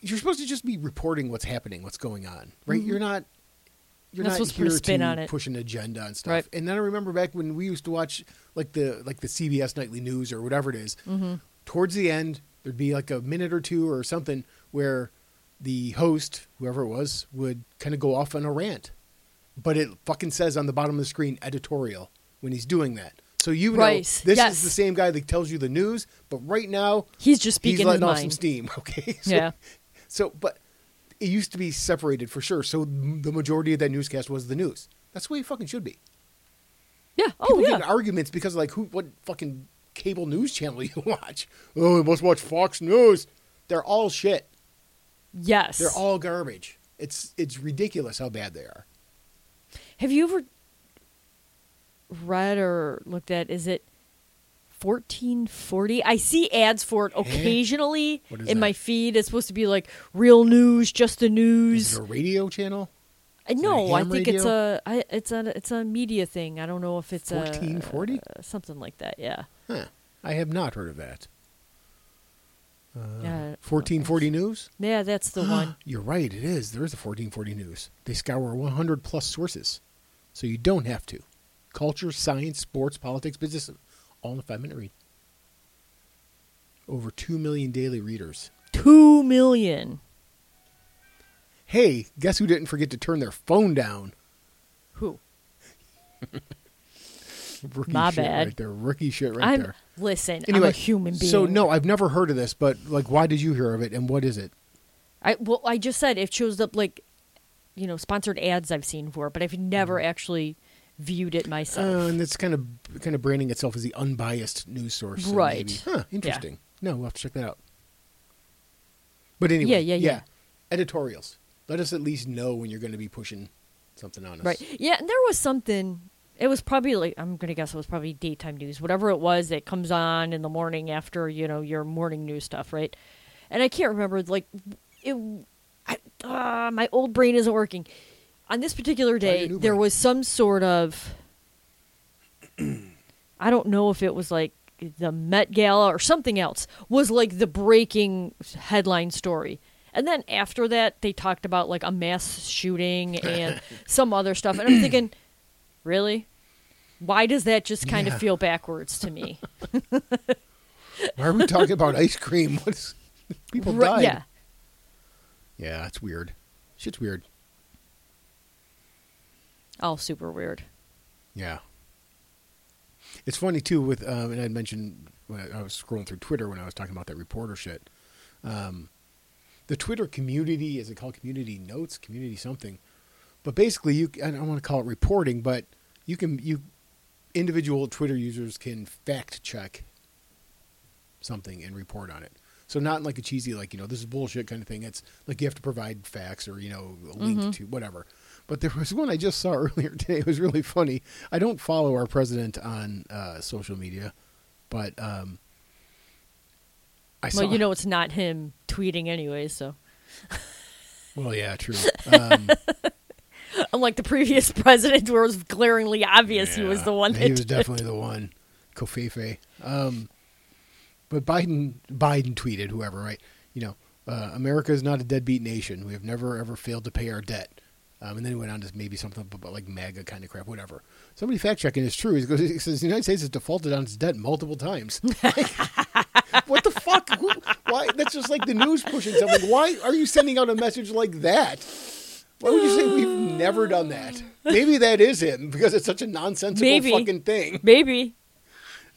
Speaker 1: you're supposed to just be reporting what's happening, what's going on, right? You're not. You're
Speaker 2: Not
Speaker 1: not,
Speaker 2: Mm-hmm. supposed to put
Speaker 1: here
Speaker 2: a spin
Speaker 1: to
Speaker 2: on it.
Speaker 1: push an agenda and stuff.
Speaker 2: Right.
Speaker 1: And then I remember back when we used to watch like the like the CBS nightly news or whatever it is.
Speaker 2: Mm-hmm.
Speaker 1: Towards the end, there'd be like a minute or two or something where the host, whoever it was, would kind of go off on a rant. But it fucking says on the bottom of the screen editorial when he's doing that. So you know
Speaker 2: Right.
Speaker 1: this
Speaker 2: Yes.
Speaker 1: is the same guy that tells you the news, but right now
Speaker 2: He's just speaking
Speaker 1: he's
Speaker 2: his
Speaker 1: letting off some
Speaker 2: mind.
Speaker 1: steam. Okay. So,
Speaker 2: Yeah.
Speaker 1: So, but it used to be separated for sure. So m- the majority of that newscast was the news. That's the way it fucking should be.
Speaker 2: Yeah. Oh
Speaker 1: People get in
Speaker 2: yeah.
Speaker 1: arguments because like who, what fucking cable news channel you watch? Oh, I must watch Fox News. They're all shit.
Speaker 2: Yes.
Speaker 1: They're all garbage. It's it's ridiculous how bad they are.
Speaker 2: Have you ever read or looked at is it 1440? I see ads for it occasionally
Speaker 1: Eh? What is
Speaker 2: in
Speaker 1: that?
Speaker 2: my feed. It's supposed to be like real news, just the
Speaker 1: Is
Speaker 2: news.
Speaker 1: it a radio channel?
Speaker 2: I no, I
Speaker 1: ham
Speaker 2: think it's
Speaker 1: radio?
Speaker 2: a I, it's a it's a media thing. I don't know if it's a
Speaker 1: 1440?
Speaker 2: uh, something like that. Yeah.
Speaker 1: Huh. I have not heard of that. Uh.
Speaker 2: yeah.
Speaker 1: 1440 News?
Speaker 2: Yeah, that's the one.
Speaker 1: You're right, it is. There is a 1440 News. They scour 100 plus sources. So you don't have to. Culture, science, sports, politics, business, all in a five minute read. Over 2 million daily readers.
Speaker 2: 2 million.
Speaker 1: Hey, guess who didn't forget to turn their phone down?
Speaker 2: Who?
Speaker 1: Rookie
Speaker 2: My
Speaker 1: shit
Speaker 2: bad.
Speaker 1: right there. Rookie shit right
Speaker 2: I'm
Speaker 1: there.
Speaker 2: listen.
Speaker 1: Anyway,
Speaker 2: I'm a human being.
Speaker 1: So no, I've never heard of this, but like why did you hear of it and what is it?
Speaker 2: I well, I just said it shows up like, you know, sponsored ads I've seen for it, but I've
Speaker 1: Mm.
Speaker 2: never actually viewed it
Speaker 1: Uh,
Speaker 2: myself.
Speaker 1: and it's kind of kind of branding itself as the unbiased news source. so
Speaker 2: Right.
Speaker 1: maybe- Huh, interesting. No, we'll have to check that out. But anyway,
Speaker 2: Yeah, yeah, yeah.
Speaker 1: Editorials. Let us at least know when you're going to be pushing something on us.
Speaker 2: right? Yeah, and there was something. It was probably like I'm gonna guess it was probably daytime news, whatever it was that comes on in the morning after you know your morning news stuff, right? and I can't remember like it. I, uh, my old brain isn't working. On this particular
Speaker 1: Try your
Speaker 2: day,
Speaker 1: new
Speaker 2: there
Speaker 1: brain.
Speaker 2: was some sort of. I don't know if it was like the Met Gala or something else was like the breaking headline story. And then after that, they talked about like a mass shooting and some other stuff. And I'm thinking, really? Why does that just kind
Speaker 1: Yeah.
Speaker 2: of feel backwards to me?
Speaker 1: Why are we talking about ice cream? What's people
Speaker 2: Ri-
Speaker 1: died?
Speaker 2: Yeah.
Speaker 1: yeah, it's weird. Shit's weird.
Speaker 2: All Oh, super weird.
Speaker 1: Yeah. It's funny too with um, and I mentioned when I was scrolling through Twitter when I was talking about that reporter shit. Um, the Twitter community, is it called community notes, community something, but basically you I don't want to call it reporting, but you can you individual Twitter users can fact check something and report on it. So not like a cheesy like you know this is bullshit kind of thing. It's like you have to provide facts or you know a link
Speaker 2: Mhm.
Speaker 1: to whatever. But there was one I just saw earlier today. It was really funny. I don't follow our president on uh, social media, but um, I saw
Speaker 2: Well, you know, it's not him tweeting anyway, so.
Speaker 1: Well, yeah, true. Um,
Speaker 2: Unlike the previous president, where it was glaringly obvious he was
Speaker 1: Yeah.
Speaker 2: the one that.
Speaker 1: He was definitely the one. Kofefe. Um, but Biden, Biden tweeted whoever, right? You know, uh, America is not a deadbeat nation. We have never ever failed to pay our debt. Um, and then he went on to maybe something about like MAGA kind of crap, whatever. Somebody fact checking is true. He goes, he says the United States has defaulted on its debt multiple times. what the fuck? Who, why? That's just like the news pushing something. Why are you sending out a message like that? Why would you say we've never done that? Maybe that is him because it's such a nonsensical
Speaker 2: Maybe.
Speaker 1: fucking thing.
Speaker 2: Maybe.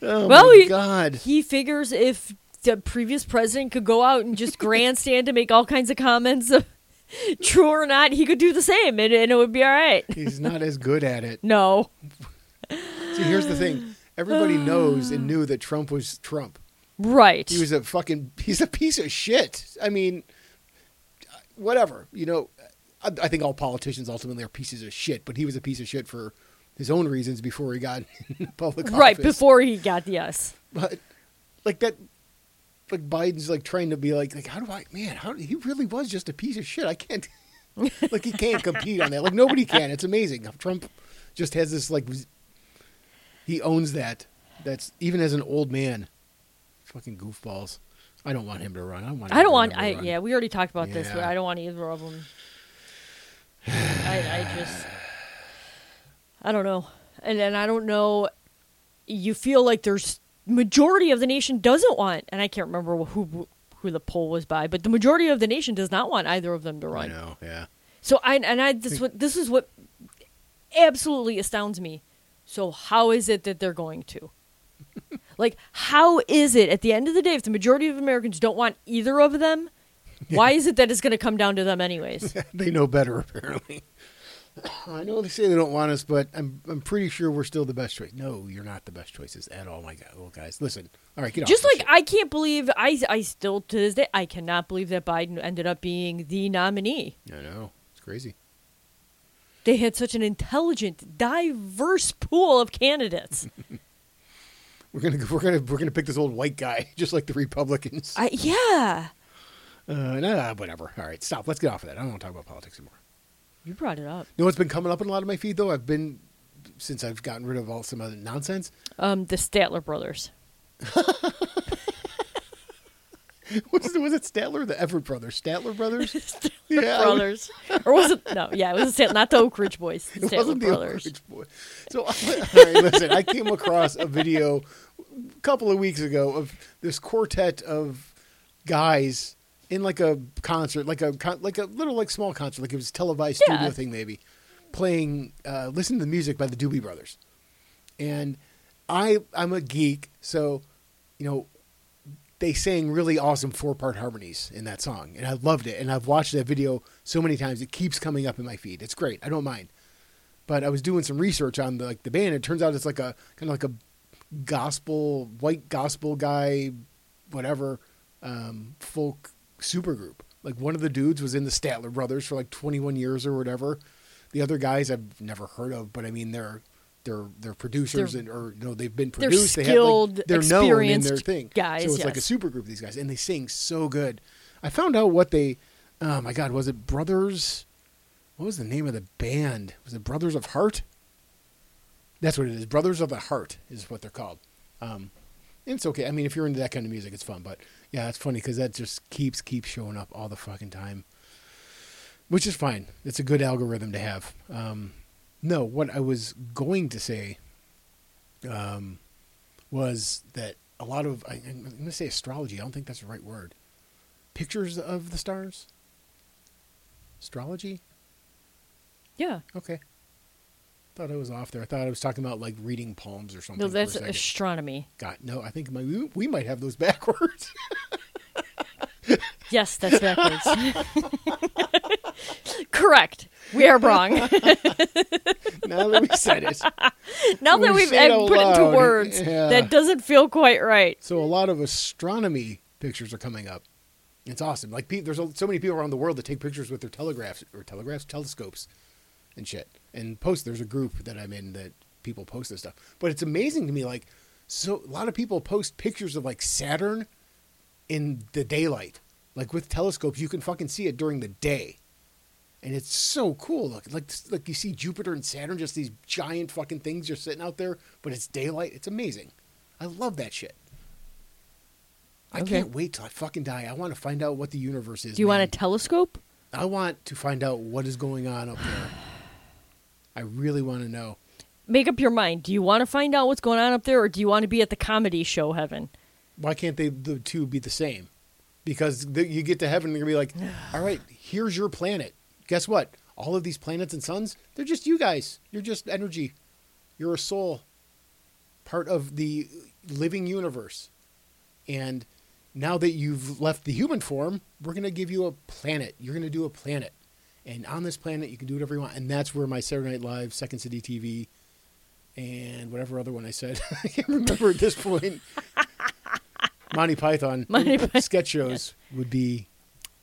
Speaker 1: Oh
Speaker 2: Well,
Speaker 1: my
Speaker 2: he-
Speaker 1: god.
Speaker 2: He figures if the previous president could go out and just grandstand to make all kinds of comments, of true or not, he could do the same and, and it would be all right.
Speaker 1: He's not as good at it.
Speaker 2: No.
Speaker 1: See, here's the thing. Everybody knows and knew that Trump was Trump.
Speaker 2: Right.
Speaker 1: He was a fucking he's a piece of shit. I mean, whatever. You know, I, I think all politicians ultimately are pieces of shit, but he was a piece of shit for his own reasons before he got in public office.
Speaker 2: right before he got the yes.
Speaker 1: but like that like Biden's like trying to be like like how do I man how he really was just a piece of shit I can't like he can't compete on that like nobody can it's amazing Trump just has this like z- he owns that that's even as an old man fucking goofballs I don't want him to run I don't want
Speaker 2: I don't
Speaker 1: either
Speaker 2: want.
Speaker 1: of them
Speaker 2: I
Speaker 1: to run.
Speaker 2: yeah, we already talked about this, but
Speaker 1: Yeah.
Speaker 2: I don't want either of them. I, I just, I don't know, and and I don't know. You feel like there's majority of the nation doesn't want, and I can't remember who who the poll was by, but the majority of the nation does not want either of them to
Speaker 1: I
Speaker 2: run.
Speaker 1: know yeah
Speaker 2: So I and I this what this is what absolutely astounds me. So how is it that they're going to? like how is it at the end of the day if the majority of Americans don't want either of them, why is it that it's going to come down to them anyways?
Speaker 1: they know better apparently I know they say they don't want us but I'm I'm pretty sure we're still the best choice no you're not the best choices at all my god well guys listen all right get off
Speaker 2: Just
Speaker 1: this
Speaker 2: like I can't believe I I still to this day I cannot believe that Biden ended up being the nominee.
Speaker 1: shit. I know it's crazy.
Speaker 2: They had such an intelligent, diverse pool of candidates.
Speaker 1: We're gonna we're gonna we're gonna pick this old white guy, just like the Republicans.
Speaker 2: I yeah.
Speaker 1: uh, nah, whatever. All right, stop. Let's get off of that. I don't want to talk about politics anymore.
Speaker 2: You brought it up.
Speaker 1: You know what's been coming up in a lot of my feed though? I've been since I've gotten rid of all some other nonsense.
Speaker 2: Um the Statler brothers.
Speaker 1: was, was it Statler, or the Everett brothers, Statler brothers? yeah, I was-
Speaker 2: Brothers, or was it? No, yeah, it was the Stat- not the Oak Ridge Boys. The
Speaker 1: It
Speaker 2: Statler
Speaker 1: wasn't the Oak
Speaker 2: Brothers.
Speaker 1: Ridge Boy. So, all right, listen, I came across a video a couple of weeks ago of this quartet of guys in like a concert, like a con- like a little like small concert, like it was televised
Speaker 2: Yeah.
Speaker 1: studio thing maybe, playing uh, listen to the music by the Doobie Brothers. And I I'm a geek, so you know they sang really awesome four part harmonies in that song, and I loved it. And I've watched that video so many times; it keeps coming up in my feed. It's great. I don't mind. But I was doing some research on the, like the band. It turns out it's like a kind of like a gospel, white gospel guy, whatever, um, folk supergroup. Like one of the dudes was in the Statler Brothers for like 21 years or whatever. The other guys I've never heard of, but I mean they're they're they're producers
Speaker 2: They're-
Speaker 1: and or you know they've been
Speaker 2: They're
Speaker 1: produced.
Speaker 2: skilled,
Speaker 1: they have, like, they're known in their
Speaker 2: experienced
Speaker 1: thing.
Speaker 2: guys,
Speaker 1: so it's like a
Speaker 2: yes.
Speaker 1: super group of these guys, and they sing so good. I found out what they. Oh my God, was it Brothers? What was the name of the band? Was it Brothers of Heart? That's what it is. Brothers of the Heart is what they're called. Um, and it's okay. I mean, if you're into that kind of music, it's fun. But yeah, it's funny because that just keeps keeps showing up all the fucking time, which is fine. It's a good algorithm to have. Um, no, what I was going to say um, was that a lot of I, I'm going to say astrology. I don't think that's the right word. Pictures of the stars. Astrology.
Speaker 2: Yeah.
Speaker 1: Okay. Thought I was off there. I thought I was talking about like reading palms or something.
Speaker 2: No, that's
Speaker 1: for a second.
Speaker 2: astronomy.
Speaker 1: God, no. I think my, we, we might have those backwards.
Speaker 2: Yes, that's backwards. Correct. We are wrong.
Speaker 1: now that we said it.
Speaker 2: now
Speaker 1: We
Speaker 2: that we've
Speaker 1: said
Speaker 2: uh,
Speaker 1: out
Speaker 2: put it into
Speaker 1: loud,
Speaker 2: words,
Speaker 1: yeah.
Speaker 2: that doesn't feel quite right.
Speaker 1: So a lot of astronomy pictures are coming up. It's awesome. Like pe- there's a- so many people around the world that take pictures with their telegraphs or telegraphs, telescopes, and shit, and post. There's a group that I'm in that people post this stuff. But it's amazing to me. Like so, a lot of people post pictures of like Saturn in the daylight. Like with telescopes, you can fucking see it during the day, and it's so cool. Look, like like you see Jupiter and Saturn, just these giant fucking things just sitting out there, but it's daylight. It's amazing. I love that shit. I
Speaker 2: Okay.
Speaker 1: can't wait till I fucking die. I want to find out what the universe is.
Speaker 2: Do you want
Speaker 1: man.
Speaker 2: a telescope?
Speaker 1: I want to find out what is going on up there. I really want to know.
Speaker 2: Make up your mind. Do you want to find out what's going on up there, or do you want to be at the comedy show heaven?
Speaker 1: Why can't they the two be the same? Because the, you get to heaven and you're gonna be like, all right, here's your planet. Guess what? All of these planets and suns, they're just you guys. You're just energy. You're a soul, part of the living universe. And now that you've left the human form, we're gonna give you a planet. You're gonna do a planet, and on this planet, you can do whatever you want. And that's where my Saturday Night Live, Second City TV, and whatever other one I said, I can't remember at this point. Monty Python
Speaker 2: Monty Python,
Speaker 1: sketch shows would be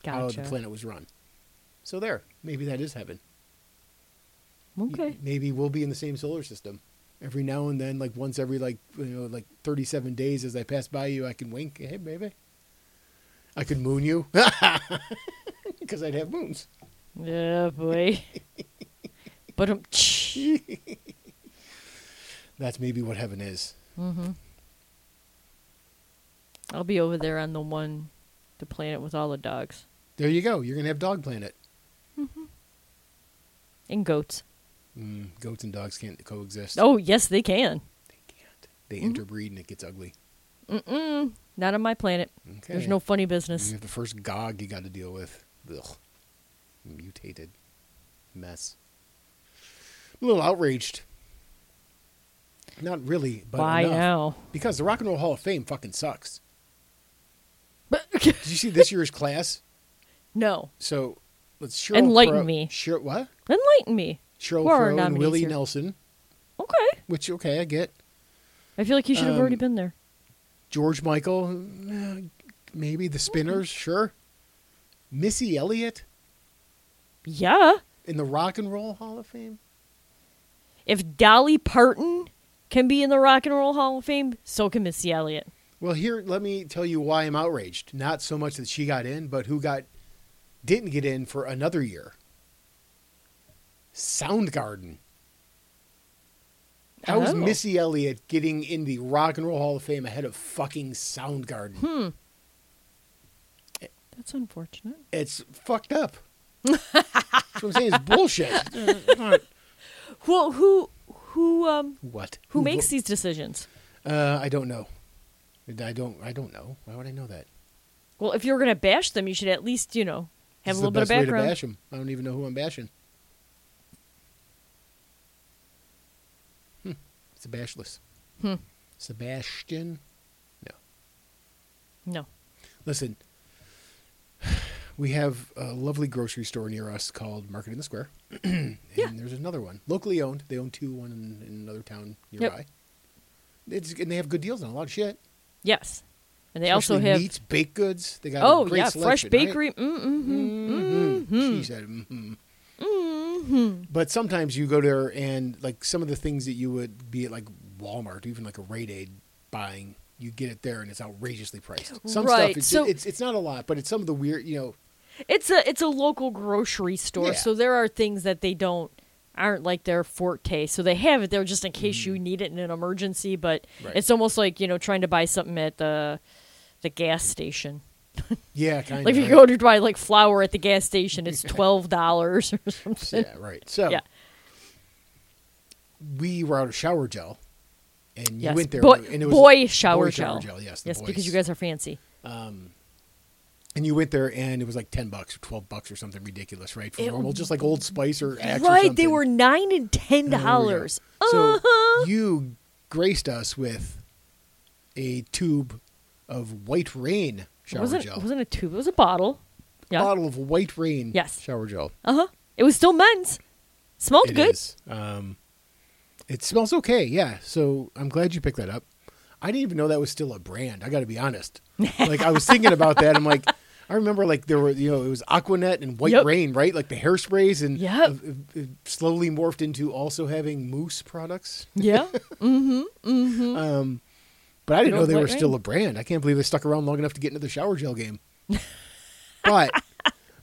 Speaker 1: how
Speaker 2: Gotcha.
Speaker 1: Oh, the planet was run. So there, maybe that is heaven. Y-
Speaker 2: Okay.
Speaker 1: Maybe we'll be in the same solar system. Every now and then, like once every like you know like thirty seven days, as I pass by you, I can wink. Hey, baby. I could moon you because I'd have moons.
Speaker 2: Yeah, boy. but um, tsh.
Speaker 1: That's maybe what heaven is.
Speaker 2: I'll be over there on the one, the planet with all the dogs
Speaker 1: There you go. You're gonna have dog planet.
Speaker 2: and goats.
Speaker 1: Mm, goats and dogs can't coexist.
Speaker 2: Oh yes, they can.
Speaker 1: they can't. They interbreed and it gets ugly.
Speaker 2: Mm-mm. Not on my planet.
Speaker 1: Okay.
Speaker 2: There's no funny
Speaker 1: You
Speaker 2: business.
Speaker 1: have the first gog you got to deal with. Ugh. Mutated mess. I'm a little outraged. Not really, but
Speaker 2: Why
Speaker 1: enough.
Speaker 2: now?
Speaker 1: Because the Rock and Roll Hall of Fame fucking sucks.
Speaker 2: But
Speaker 1: Did you see this year's class?
Speaker 2: no,
Speaker 1: So let's Cheryl
Speaker 2: Enlighten
Speaker 1: Crow-
Speaker 2: me.
Speaker 1: Cher- what?
Speaker 2: enlighten me.
Speaker 1: Cheryl
Speaker 2: Who are our
Speaker 1: Crow and
Speaker 2: nominees
Speaker 1: Willie
Speaker 2: here?
Speaker 1: Nelson,
Speaker 2: Okay,
Speaker 1: which okay, I get.
Speaker 2: I feel like you should have
Speaker 1: Um,
Speaker 2: already been there.
Speaker 1: George Michael, eh, maybe the Spinners, sure. Missy Elliott
Speaker 2: Yeah.
Speaker 1: in the Rock and Roll Hall of Fame.
Speaker 2: If Dolly Parton can be in the Rock and Roll Hall of Fame, so can Missy Elliott.
Speaker 1: Well, here, let me tell you why I'm outraged. Not so much that she got in, but who got didn't get in for another year. Soundgarden. How is
Speaker 2: Oh.
Speaker 1: Missy Elliott getting in the Rock and Roll Hall of Fame ahead of fucking Soundgarden?
Speaker 2: Hmm. That's unfortunate.
Speaker 1: It's fucked up. That's what I'm saying. It's bullshit.
Speaker 2: Who who who um
Speaker 1: what?
Speaker 2: who makes
Speaker 1: vo-
Speaker 2: these decisions?
Speaker 1: Uh, I don't know. I don't. I don't know. Why would I know that?
Speaker 2: Well, if you're gonna bash them, you should at least you know have
Speaker 1: This
Speaker 2: a
Speaker 1: is
Speaker 2: little
Speaker 1: the
Speaker 2: bit of
Speaker 1: best Way to
Speaker 2: background.
Speaker 1: bash 'em. I don't even know who I'm bashing. Hmm. It's a bashless.
Speaker 2: Hmm.
Speaker 1: Sebastian. No.
Speaker 2: No,
Speaker 1: Listen. We have a lovely grocery store near us called Market in the Square. and
Speaker 2: Yeah.
Speaker 1: there's another one. Locally owned. They own two, one in, in another town nearby. It's, and they have good deals on a lot of shit.
Speaker 2: yes, and they also
Speaker 1: Especially
Speaker 2: have
Speaker 1: meats, baked goods. They got a
Speaker 2: oh
Speaker 1: great
Speaker 2: yeah, fresh
Speaker 1: selection, right?
Speaker 2: bakery. Mm-hmm. Mm-hmm.
Speaker 1: Mm-hmm. She said, mm-hmm. But sometimes you go there and like some of the things that you would be at like Walmart, even like a Rite Aid buying, you get it there and it's outrageously priced. Some stuff
Speaker 2: Right,
Speaker 1: it's,
Speaker 2: so-
Speaker 1: it's it's not a lot, but it's some of the weird, you know,
Speaker 2: It's a it's a local grocery store,
Speaker 1: Yeah.
Speaker 2: so there are things that they don't aren't like their forte. So they have it there just in case you need it in an emergency, but
Speaker 1: Mm. Right.
Speaker 2: it's almost like, you know, trying to buy something at the the gas station.
Speaker 1: yeah, kind
Speaker 2: Like
Speaker 1: of.
Speaker 2: if you go to buy like flour at the gas station, it's twelve dollars or something.
Speaker 1: yeah, right. So
Speaker 2: Yeah.
Speaker 1: we were out of shower gel, and you
Speaker 2: Yes.
Speaker 1: went there,
Speaker 2: boy,
Speaker 1: and it was
Speaker 2: boy shower
Speaker 1: boy
Speaker 2: gel.
Speaker 1: shower gel, yes, the
Speaker 2: Yes, because
Speaker 1: boys.
Speaker 2: you guys are fancy.
Speaker 1: and you went there, and it was like ten bucks or twelve bucks or something ridiculous, right? For
Speaker 2: It-
Speaker 1: normal, just like Old Spice or Axe or
Speaker 2: Right, they
Speaker 1: something.
Speaker 2: were nine and ten
Speaker 1: And there we go.
Speaker 2: dollars. Uh-huh.
Speaker 1: So you graced us with a tube of White Rain shower
Speaker 2: wasn't
Speaker 1: gel,
Speaker 2: wasn't a tube, it was a bottle. Yeah.
Speaker 1: bottle of White Rain
Speaker 2: Yes.
Speaker 1: shower gel.
Speaker 2: Uh huh. It was still men's. Smelled
Speaker 1: It
Speaker 2: good.
Speaker 1: is. Um, it smells okay. Yeah. So I'm glad you picked that up. I didn't even know that was still a brand. I got to be honest. Like I was thinking about that. I'm like, I remember like there were you know it was Aquanet and White
Speaker 2: Yep.
Speaker 1: Rain, right? Like the hairsprays and uh,
Speaker 2: Yep.
Speaker 1: uh, uh, slowly morphed into also having Moose products.
Speaker 2: Yeah. Mm.
Speaker 1: Um, but I didn't
Speaker 2: Good
Speaker 1: know
Speaker 2: old
Speaker 1: they were
Speaker 2: White
Speaker 1: still
Speaker 2: Rain.
Speaker 1: a brand. I can't believe they stuck around long enough to get into the shower gel game. but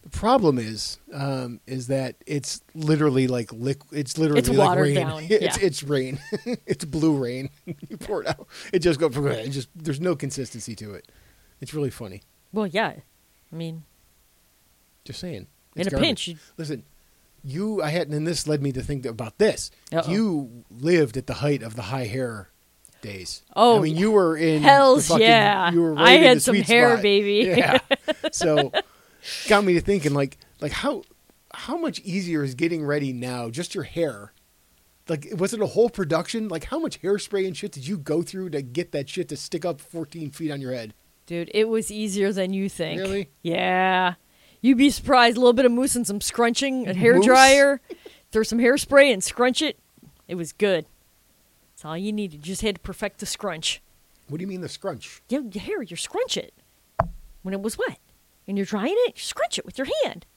Speaker 1: the problem is, um, is that it's literally like liquid. It's literally
Speaker 2: It's
Speaker 1: like
Speaker 2: watered
Speaker 1: rain.
Speaker 2: down,
Speaker 1: It's
Speaker 2: yeah.
Speaker 1: it's rain. it's blue rain. you pour it out. It just goes. It just there's no consistency to it. It's really funny.
Speaker 2: Well, yeah. I mean,
Speaker 1: Just saying.
Speaker 2: In
Speaker 1: It's
Speaker 2: a pinch, you-
Speaker 1: Listen, you. I hadn't, and this led me to think about this.
Speaker 2: Uh-oh.
Speaker 1: You lived at the height of the high hair days.
Speaker 2: Oh,
Speaker 1: I mean, you were in the
Speaker 2: hells
Speaker 1: fucking-
Speaker 2: yeah.
Speaker 1: You were right
Speaker 2: I
Speaker 1: in the
Speaker 2: had some
Speaker 1: sweet
Speaker 2: hair,
Speaker 1: spot.
Speaker 2: baby.
Speaker 1: Yeah. so, got me to thinking, like, like how how much easier is getting ready now? Just your hair. Like, was it a whole production? Like, how much hairspray and shit did you go through to get that shit to stick up 14 feet on your head?
Speaker 2: dude, it was easier than you think.
Speaker 1: Really?
Speaker 2: Yeah. You'd be surprised. A little bit of mousse and some scrunching, a hair
Speaker 1: Mousse?
Speaker 2: dryer, throw some hairspray and scrunch it. It was good. That's all you needed. You just had to perfect the scrunch.
Speaker 1: What do you mean the scrunch?
Speaker 2: You your hair, you scrunch it when it was wet, and you're drying it. You scrunch it with your hand.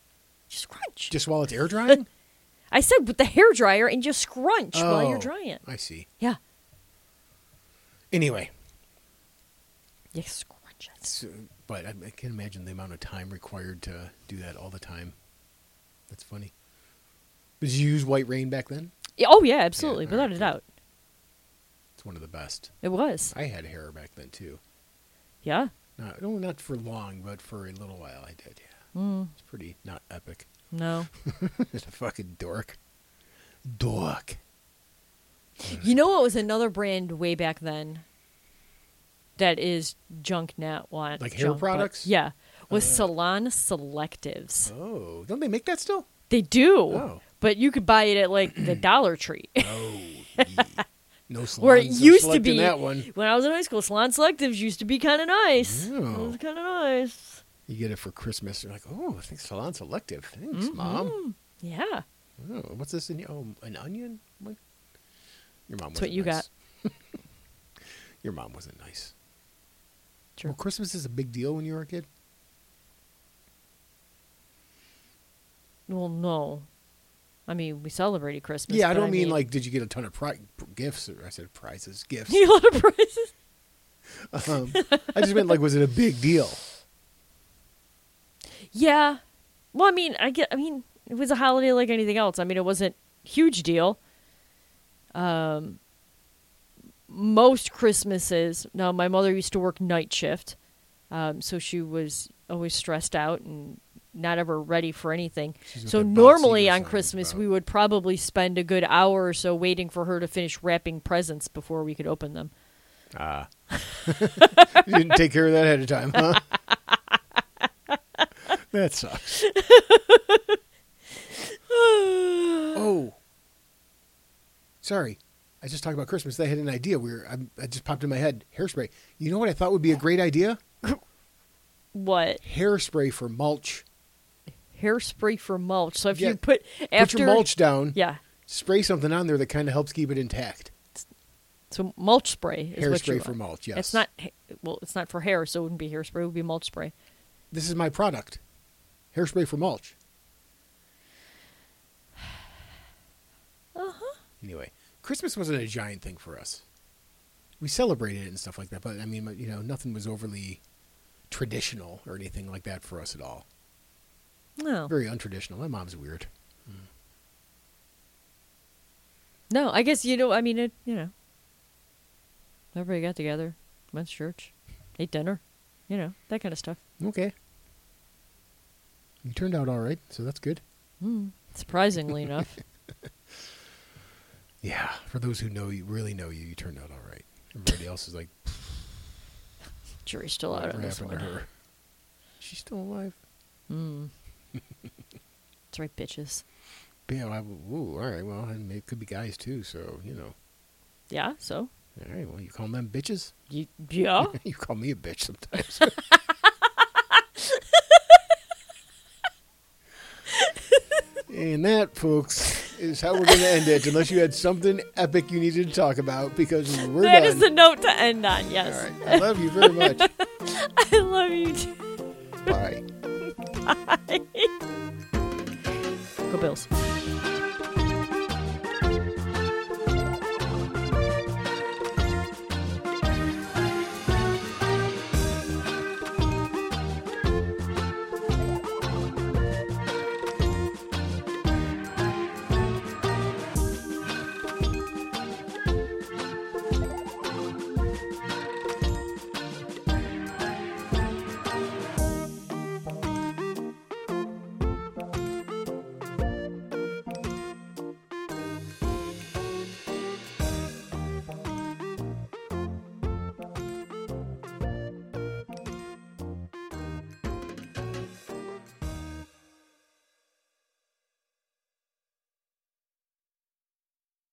Speaker 2: Just scrunch.
Speaker 1: Just while it's air drying?
Speaker 2: I said with the hair dryer and just scrunch while you're
Speaker 1: Oh,
Speaker 2: drying it.
Speaker 1: I see.
Speaker 2: Yeah.
Speaker 1: Anyway,
Speaker 2: Yeah, scrunch it.
Speaker 1: so, but I, I can imagine the amount of time required to do that all the time. That's funny. Did you use White Rain back then?
Speaker 2: Yeah, Oh yeah, absolutely,
Speaker 1: all
Speaker 2: without
Speaker 1: right,
Speaker 2: a doubt,
Speaker 1: It's one of the best.
Speaker 2: it was.
Speaker 1: I had hair back then too.
Speaker 2: Yeah.
Speaker 1: Not, no, not for long, but for a little while I did. Yeah,
Speaker 2: Mm,
Speaker 1: it's pretty not epic.
Speaker 2: no.
Speaker 1: It's a fucking dork. Dork.
Speaker 2: you know what was another brand way back then? That is junk now. What
Speaker 1: Like hair
Speaker 2: junk, but-
Speaker 1: products?
Speaker 2: yeah. Was Salon Selectives.
Speaker 1: Oh, don't they make that still?
Speaker 2: They do.
Speaker 1: Oh.
Speaker 2: But you could buy it at like the Dollar Tree.
Speaker 1: Oh, yeah. no. Salons
Speaker 2: Where it
Speaker 1: are
Speaker 2: used to
Speaker 1: selecting
Speaker 2: be
Speaker 1: that one.
Speaker 2: when I was in high school, salon selectives used to be kind of nice. It
Speaker 1: Oh.
Speaker 2: was kind of nice.
Speaker 1: You get it for Christmas. You're like, oh, I think salon selective. Thanks, mom.
Speaker 2: Mm-hmm. Yeah.
Speaker 1: Oh, what's this in your? Oh, an onion? What? Your mom.
Speaker 2: That's what
Speaker 1: wasn't
Speaker 2: you
Speaker 1: nice. your mom wasn't nice.
Speaker 2: Sure.
Speaker 1: Well, Christmas is a big deal when you were a kid.
Speaker 2: Well, no. I mean, we celebrated Christmas.
Speaker 1: yeah, I
Speaker 2: but
Speaker 1: don't mean, like, did you get a ton of pri- gifts? Or I said prizes, gifts.
Speaker 2: a lot of prizes.
Speaker 1: um, I just meant like, was it a big deal?
Speaker 2: Yeah. Well, I mean, I get. I mean, it was a holiday like anything else. I mean, it wasn't huge deal. Um, most Christmases. Now, my mother used to work night shift, um, so she was always stressed out and not ever ready for anything.
Speaker 1: She's got
Speaker 2: So
Speaker 1: that Bob
Speaker 2: normally
Speaker 1: Seger
Speaker 2: on
Speaker 1: song
Speaker 2: Christmas
Speaker 1: about-
Speaker 2: we would probably spend a good hour or so waiting for her to finish wrapping presents before we could open them.
Speaker 1: Ah. you didn't take care of that ahead of time, huh? that sucks. oh. Sorry. I just talked about Christmas. I had an idea. We were, I, I just popped in my head hairspray. You know what I thought would be a great idea?
Speaker 2: What
Speaker 1: Hairspray for mulch.
Speaker 2: hairspray for mulch? So if
Speaker 1: Yeah.
Speaker 2: you put after
Speaker 1: Put your mulch down,
Speaker 2: yeah,
Speaker 1: spray something on there that kind of helps keep it intact.
Speaker 2: so mulch spray is what you
Speaker 1: Hairspray
Speaker 2: want.
Speaker 1: for mulch, yes.
Speaker 2: It's not ha- well, it's not for hair, so it wouldn't be hairspray. It would be mulch spray.
Speaker 1: This is my product. Hairspray for mulch.
Speaker 2: Uh huh.
Speaker 1: Anyway, Christmas wasn't a giant thing for us. we celebrated it and stuff like that. But I mean, you know, nothing was overly traditional or anything like that for us at all.
Speaker 2: No.
Speaker 1: Very untraditional. My mom's weird.
Speaker 2: No, I guess you know. I mean, it. You know, everybody got together, went to church, ate dinner, you know, that kind of stuff.
Speaker 1: Okay. You turned out all right, so that's good.
Speaker 2: Mm, surprisingly enough,
Speaker 1: Yeah, for those who know you, really know you, you turned out all right. Everybody else is like,
Speaker 2: jury's still out
Speaker 1: whatever
Speaker 2: on this
Speaker 1: happened to
Speaker 2: one.
Speaker 1: her? She's still alive.
Speaker 2: Mm. That's right, bitches.
Speaker 1: Yeah, well, I, ooh, all right. Well, and it could be guys too. So you know,
Speaker 2: Yeah. So
Speaker 1: all right. Well, you call them bitches.
Speaker 2: you, yeah.
Speaker 1: you call me a bitch sometimes. and that, folks, is how we're going to end it. Unless you had something epic you needed to talk about, because we're
Speaker 2: That
Speaker 1: done.
Speaker 2: is the note to end on.
Speaker 1: all
Speaker 2: Yes.
Speaker 1: right. I love you very much.
Speaker 2: I love you. Too.
Speaker 1: Bye.
Speaker 2: Go Bills.